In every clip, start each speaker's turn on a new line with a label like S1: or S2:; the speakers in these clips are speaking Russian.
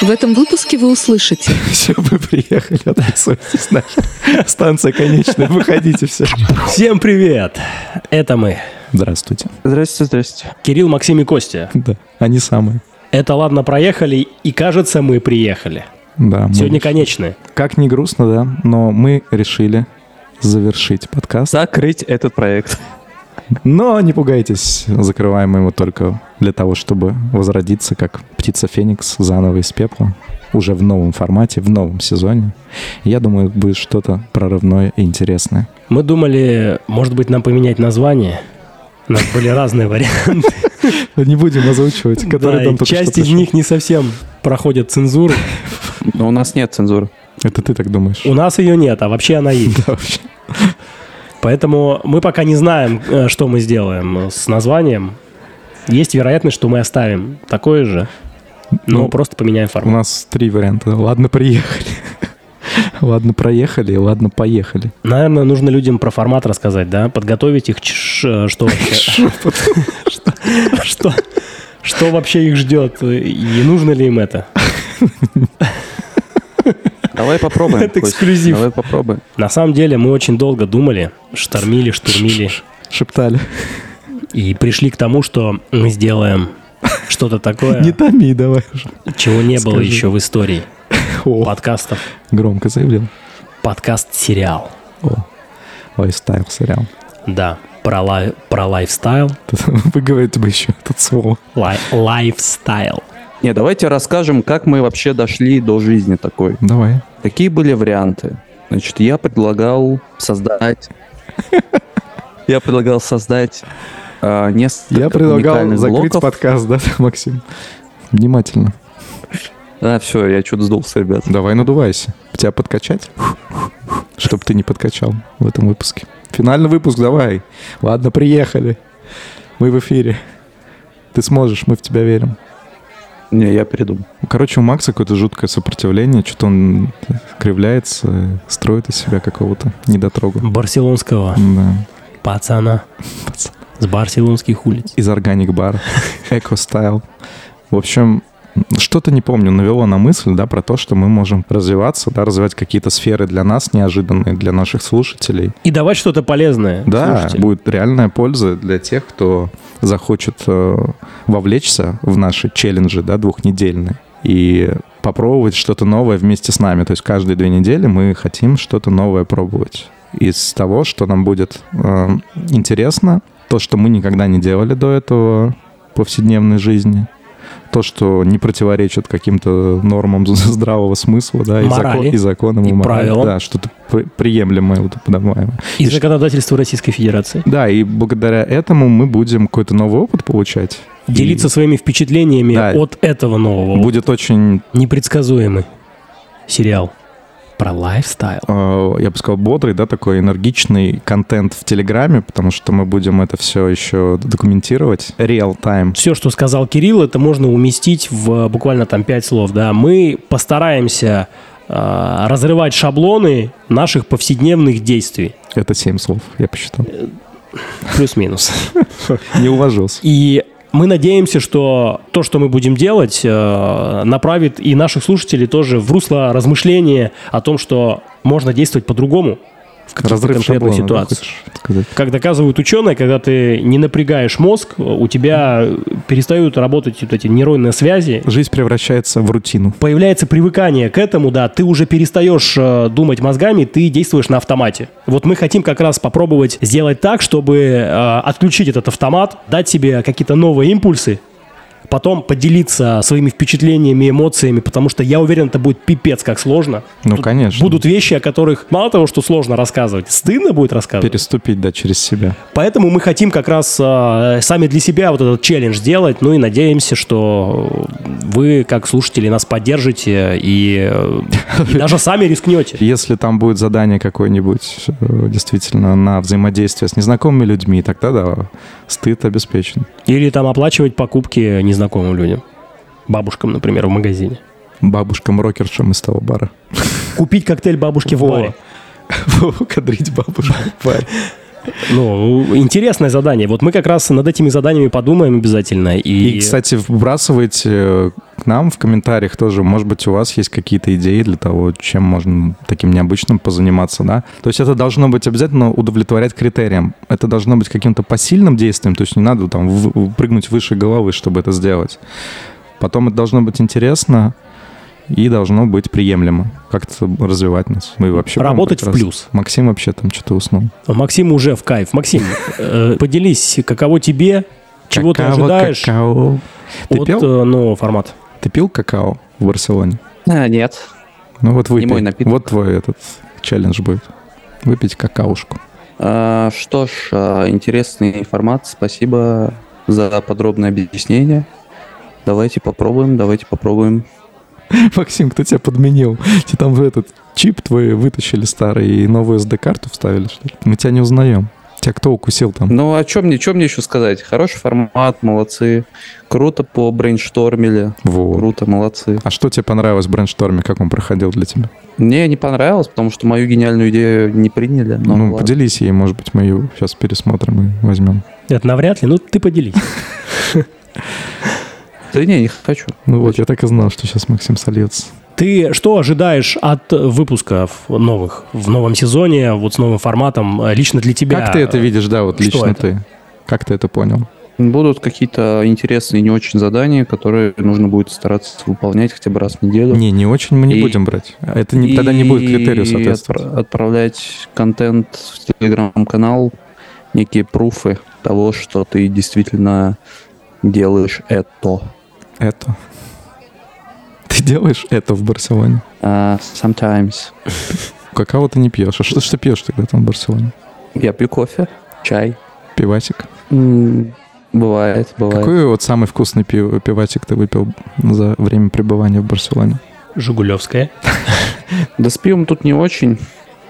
S1: В этом выпуске вы услышите.
S2: Все, вы приехали, отписывайтесь нахер. Станция конечная, выходите все.
S3: Всем привет! Это мы.
S2: Здравствуйте.
S4: Здрасте, здрасте.
S3: Кирилл, Максим и Костя.
S2: Да, они самые.
S3: Это «Ладно, проехали» и, кажется, мы приехали.
S2: Да, мы-
S3: Сегодня конечные.
S2: Как ни грустно, да, но мы решили завершить подкаст.
S4: Закрыть этот проект.
S2: Но не пугайтесь, закрываем мы его только для того, чтобы возродиться, как птица Феникс, заново из пепла, уже в новом формате, в новом сезоне. Я думаю, будет что-то прорывное и интересное.
S3: Мы думали, может быть, нам поменять название. У нас были разные варианты.
S2: Не будем озвучивать,
S3: Да, и часть из них не совсем проходит цензуру.
S4: Но у нас нет цензуры.
S2: Это ты так думаешь?
S3: У нас ее нет, а вообще она есть.
S2: Да, вообще.
S3: Поэтому мы пока не знаем, э, что мы сделаем с названием. Есть вероятность, что мы оставим такое же, но
S2: Ну,
S3: просто поменяем
S2: У
S3: формат.
S2: нас три варианта. Ладно, приехали. Ладно, проехали, ладно, поехали.
S3: Наверное, нужно людям про формат рассказать, да? Подготовить их, чш- э, что вообще... Что- Что что вообще их ждет, и нужно ли им это?
S4: Давай попробуем.
S3: Это
S4: Кость.
S3: эксклюзив.
S4: Давай попробуем.
S3: На самом деле мы очень долго думали, штормили, штурмили,
S2: Шептали.
S3: и пришли к тому, что мы сделаем что-то
S2: Не
S3: такое,
S2: томи, давай уже.
S3: чего не было
S2: скажи.
S3: еще в истории
S2: О,
S3: подкастов.
S2: громко заявил.
S3: Подкаст-сериал.
S2: О, лайфстайл сериал.
S3: Да, про, лай- про лайфстайл.
S2: Вы говорите бы еще это слово.
S3: Лай- лайфстайл.
S4: Не, давайте расскажем, как мы вообще дошли до жизни такой.
S2: Давай.
S4: Какие были варианты? Значит, я предлагал создать... Я предлагал создать а, несколько
S2: Я предлагал
S4: уникальных
S2: закрыть
S4: блоков.
S2: подкаст, да, Максим? Внимательно.
S4: Да, все, А, я что-то сдулся, ребят.
S2: Давай надувайся. Тебя подкачать? Чтоб ты не подкачал в этом выпуске. Финальный выпуск давай. Ладно, приехали. Мы в эфире. Ты сможешь, мы в тебя верим.
S4: Не, я передумал.
S2: Короче, у Макса какое-то жуткое сопротивление. Что-то он кривляется, строит из себя какого-то недотрогу.
S3: Барселонского
S2: Да.
S3: пацана.
S2: Пацан.
S3: С барселонских улиц.
S2: Из органик бара. Эко стайл. В общем, что-то не помню, навело на мысль, да, про то, что мы можем развиваться, да, развивать какие-то сферы для нас неожиданные, для наших слушателей.
S3: И давать что-то полезное.
S2: Да,
S3: слушателям.
S2: будет реальная польза для тех, кто захочет э, вовлечься в наши челленджи, да, двухнедельные, и попробовать что-то новое вместе с нами. То есть каждые две недели мы хотим что-то новое пробовать из того, что нам будет э, интересно, то, что мы никогда не делали до этого в повседневной жизни, то, что не противоречит каким-то нормам здравого смысла, да, и,
S3: Морали.
S2: закон- и законам,
S3: И
S2: морали.
S3: правилам.
S2: да, что-то при- приемлемое, вот, подаваемое.
S3: И законодательство Российской Федерации.
S2: Да, и благодаря этому мы будем какой-то новый опыт получать. И
S3: Делиться своими впечатлениями
S2: Да.
S3: от этого нового.
S2: Будет очень,
S3: Непредсказуемый сериал про лайфстайл.
S2: э, я бы сказал, бодрый, да, такой энергичный контент в Телеграме, потому что мы будем это все еще документировать. Real time.
S3: Все, что сказал Кирилл, это можно уместить в э, буквально там пять слов. Да, мы постараемся э, разрывать шаблоны наших повседневных действий.
S2: Это семь слов, я посчитал.
S3: Плюс-минус.
S2: Не уложился.
S3: И мы надеемся, что то, что мы будем делать, э, направит и наших слушателей тоже в русло размышления о том, что можно действовать по-другому в каких-то
S2: Разрыв шаблона,
S3: конкретных
S2: да,
S3: ситуациях.
S2: хочешь сказать?
S3: Как доказывают ученые, когда ты не напрягаешь мозг, у тебя перестают работать вот эти нейронные связи,
S2: Жизнь превращается в рутину.
S3: появляется привыкание к этому, да, ты уже перестаешь э, думать мозгами, ты действуешь на автомате. Вот мы хотим как раз попробовать сделать так, чтобы э, отключить этот автомат, дать себе какие-то новые импульсы, потом поделиться своими впечатлениями, эмоциями, потому что я уверен, это будет пипец как сложно.
S2: Ну,
S3: Тут
S2: конечно.
S3: Будут вещи, о которых мало того, что сложно рассказывать, стыдно будет рассказывать.
S2: переступить, да, через себя.
S3: Поэтому мы хотим как раз э, сами для себя вот этот челлендж делать, ну и надеемся, что вы, как слушатели, нас поддержите и, э, и даже сами рискнете.
S2: Если там будет задание какое-нибудь э, действительно на взаимодействие с незнакомыми людьми, тогда да, стыд обеспечен.
S3: Или там оплачивать покупки незнакомым людям. Бабушкам, например, в магазине.
S2: бабушкам-рокершам из того бара.
S3: Купить коктейль бабушки в
S2: Во.
S3: баре.
S2: Кадрить бабушку в баре.
S3: Ну, интересное задание. Вот мы как раз над этими заданиями подумаем обязательно. И,
S2: И, кстати, вбрасывайте э, к нам в комментариях тоже. Может быть, у вас есть какие-то идеи для того, чем можно таким необычным позаниматься, да? То есть это должно быть обязательно удовлетворять критериям. Это должно быть каким-то посильным действием, то есть не надо там в- в- прыгнуть выше головы, чтобы это сделать. Потом это должно быть интересно и должно быть приемлемо. Как-то развивать нас. Мы вообще прям
S3: Работать в
S2: прекрасно.
S3: плюс.
S2: Максим вообще там что-то уснул.
S3: Максим уже в кайф. Максим, э, поделись, каково тебе, чего ты
S2: Какао,
S3: ожидаешь
S2: какао. Ты
S3: от
S2: пил?
S3: э, нового формата?
S2: Ты пил какао в Барселоне?
S4: А, нет.
S2: Ну вот выпей.
S4: мой напиток.
S2: Вот твой этот челлендж будет. Выпить какаушку.
S4: А, что ж, а, интересный формат. Спасибо за подробное объяснение. Давайте попробуем, давайте попробуем.
S2: Максим, кто тебя подменил? Тебе там в этот чип твой вытащили старый и новую SD-карту вставили, что ли? Мы тебя не узнаем. Тебя кто укусил там?
S4: Ну, о чем мне, чё мне еще сказать? Хороший формат, молодцы. Круто по брейнштормили.
S2: Вот.
S4: Круто, молодцы.
S2: А что тебе понравилось в брейншторме? Как он проходил для тебя?
S4: Мне не понравилось, потому что мою гениальную идею не приняли. но
S2: ну,
S4: ладно.
S2: поделись ей, может быть, мы ее сейчас пересмотрим и возьмем.
S3: Это навряд ли, ну ты поделись.
S4: Да не, не хочу.
S2: Ну вот, я так и знал, что сейчас Максим сольется.
S3: Ты что ожидаешь от выпусков новых в новом сезоне, вот с новым форматом, э, лично для тебя?
S2: Как ты это видишь, да, вот
S3: что
S2: лично
S3: это?
S2: ты? Как ты это понял?
S4: Будут какие-то интересные, не очень задания, которые нужно будет стараться выполнять хотя бы раз в неделю.
S2: Не, не очень мы не
S4: Ну, И-
S2: будем брать. Это не- тогда не будет
S4: И
S2: критерию соответствовать.
S4: отпра- отправлять контент в телеграм-канал, некие пруфы того, что ты действительно делаешь это.
S2: Это. Ты делаешь это в Барселоне?
S4: А, sometimes.
S2: Какао ты не пьешь. А что ж ты пьешь тогда там в Барселоне?
S4: Я пью кофе, чай.
S2: Пивасик?
S4: М, Бывает, бывает.
S2: Какой вот самый вкусный пи- пивасик ты выпил за время пребывания в Барселоне?
S3: Жигулевская.
S4: Да с пивом тут не очень.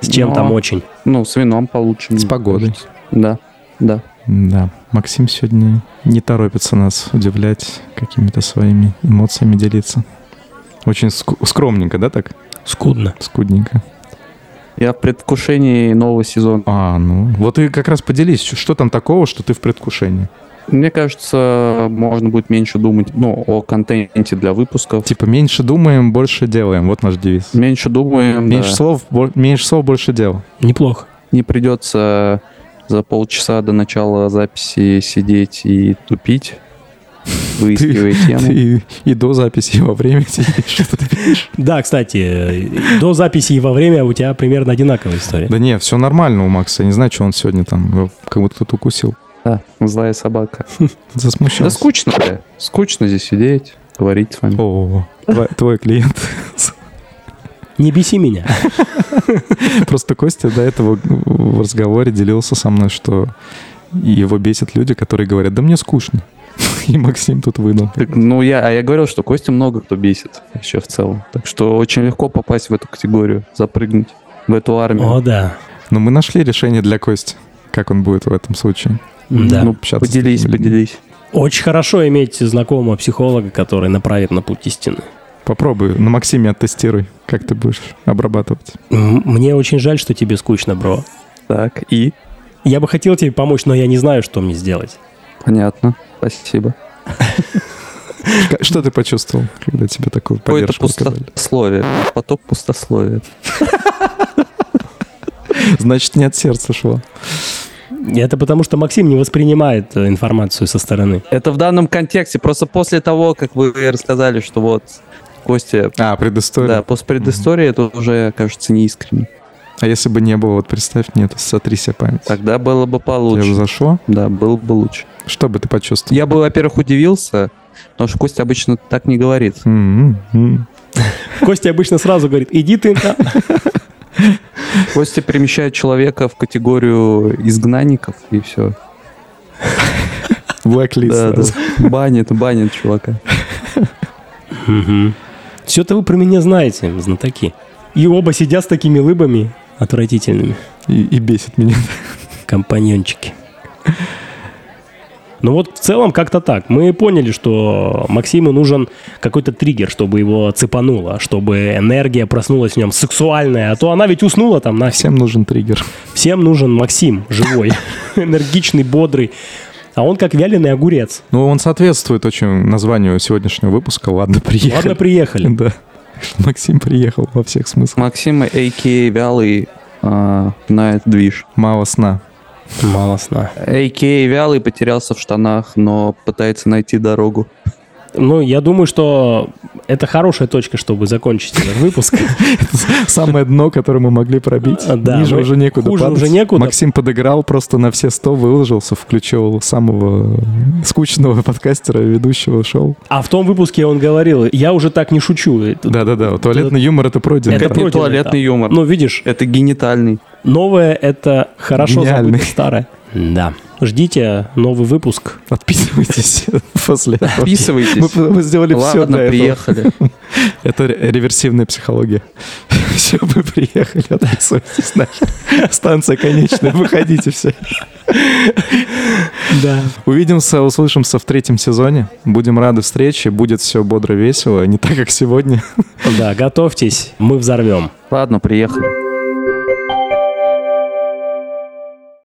S3: С чем
S4: но,
S3: там очень?
S4: Ну, с вином получше.
S2: С
S4: мне
S2: погодой.
S4: кажется. Да, да.
S2: Да. Максим сегодня не торопится нас удивлять какими-то своими эмоциями делиться. Очень ск- скромненько, да, так?
S3: Скудно.
S2: Скудненько.
S4: Я в предвкушении нового сезона.
S2: А, ну. Вот и как раз поделись, чё- что там такого, что ты в предвкушении?
S4: Мне кажется, можно будет меньше думать ну, о контенте для выпусков.
S2: Типа меньше думаем, больше делаем. Вот наш девиз.
S4: Меньше думаем,
S2: Меньше
S4: да.
S2: слов, бо- меньше слов, больше дел.
S3: Неплохо.
S4: не придется за полчаса до начала записи сидеть и тупить, выискивая тему.
S2: И, и до записи, и во время сидишь.
S3: Да, кстати, э, до записи и во время у тебя примерно одинаковая история.
S2: Да не, все нормально у Макса. Я не знаю, что он сегодня там, его как будто кто-то укусил.
S4: Да, злая собака. Да
S2: Засмущался.
S4: скучно, бля. Скучно здесь сидеть, говорить с вами.
S2: О, твой, твой клиент.
S3: Не беси меня.
S2: Просто Костя до этого в разговоре делился со мной, что его бесят люди, которые говорят, да мне скучно. И Максим тут выдал.
S4: Так, ну, я, а я говорил, что Костя много кто бесит вообще в целом. Так что очень легко попасть в эту категорию, запрыгнуть в эту армию.
S3: О, да.
S2: Но мы нашли решение для Кости. Как он будет в этом случае?
S3: Да.
S4: Ну,
S2: Общаться с
S4: поделись,
S2: такими людьми.
S4: поделись.
S3: Очень хорошо иметь знакомого психолога, который направит на путь истины.
S2: Попробуй, ну, на Максиме оттестируй, как ты будешь обрабатывать.
S3: М, Мне очень жаль, что тебе скучно, бро.
S4: Так, и?
S3: Я бы хотел тебе помочь, но я не знаю, что мне сделать.
S4: Понятно, спасибо.
S2: Ка- Что ты почувствовал, когда тебе такую
S4: Какое-то
S2: поддержку сказали?
S4: пустословие, поток пустословия.
S2: Значит, не от сердца шло.
S3: Это потому, что Максим не воспринимает э, информацию со стороны.
S4: Это в данном контексте. Просто после того, как вы рассказали, что вот Костя...
S2: А, предыстория.
S4: Да, после предыстории это уже, кажется, неискренне.
S2: А если бы не было, вот представь, нет, сотри себе память.
S4: Тогда было бы
S2: Тебе
S4: получше.
S2: бы зашло?
S4: Да, было бы лучше.
S2: Что бы ты почувствовал?
S4: Я бы, во-первых, удивился, потому что Костя обычно так не говорит.
S2: М, м, м.
S3: Костя обычно сразу говорит, иди ты. на-».
S4: Костя перемещает человека в категорию изгнанников, и все.
S2: Blacklist.
S4: Да,
S2: сразу.
S4: да. Банит, банит чувака.
S3: Все-то вы про меня знаете, знатоки. И оба сидят с такими лыбами отвратительными.
S2: И, и бесит меня.
S3: Компаньончики. Но Ну вот в целом как-то так. Мы поняли, что Максиму нужен какой-то триггер, чтобы его цепануло, чтобы энергия проснулась в нем сексуальная. А то она ведь уснула там на
S2: Всем нужен триггер.
S3: Всем нужен Максим, живой, энергичный, бодрый. А он как вяленый огурец.
S2: Ну, он соответствует очень названию сегодняшнего выпуска. Ладно, приехали.
S3: Ладно, приехали.
S2: Да. Максим приехал во всех смыслах.
S4: Максим, а.к.а. Вялый, а, знает движ.
S2: Мало сна.
S3: Мало сна.
S4: А.к.а. Вялый потерялся в штанах, но пытается найти дорогу.
S3: Ну, я думаю, что это хорошая точка, чтобы закончить этот выпуск.
S2: Самое дно, которое мы могли пробить.
S3: А, Да,
S2: Ниже
S3: мы-
S2: уже некуда
S3: хуже
S2: падать.
S3: уже некуда.
S2: Максим подыграл просто на все сто, выложился, включил самого скучного подкастера, ведущего шоу.
S3: А в том выпуске он говорил, я уже так не шучу.
S2: Да-да-да, туалетный юмор — это пройденный
S3: Это
S2: этап.
S4: Это не
S3: пройденный
S4: туалетный юмор.
S3: Ну, видишь,
S4: Это генитальный.
S3: новое — это хорошо
S2: Гениальный.
S3: забыто старое. Да. Ждите новый выпуск.
S2: Подписывайтесь после этого. Мы,
S4: Подписывайтесь.
S2: мы сделали все
S4: Ладно,
S2: для этого.
S4: приехали.
S2: Это ре- реверсивная психология. Все, вы приехали, отписывайтесь нахер. Станция конечная, выходите все.
S3: Да.
S2: Увидимся, услышимся в третьем сезоне. Будем рады встрече, будет все бодро, весело, не так, как сегодня.
S3: Да, готовьтесь, мы взорвем.
S4: Ладно, приехали.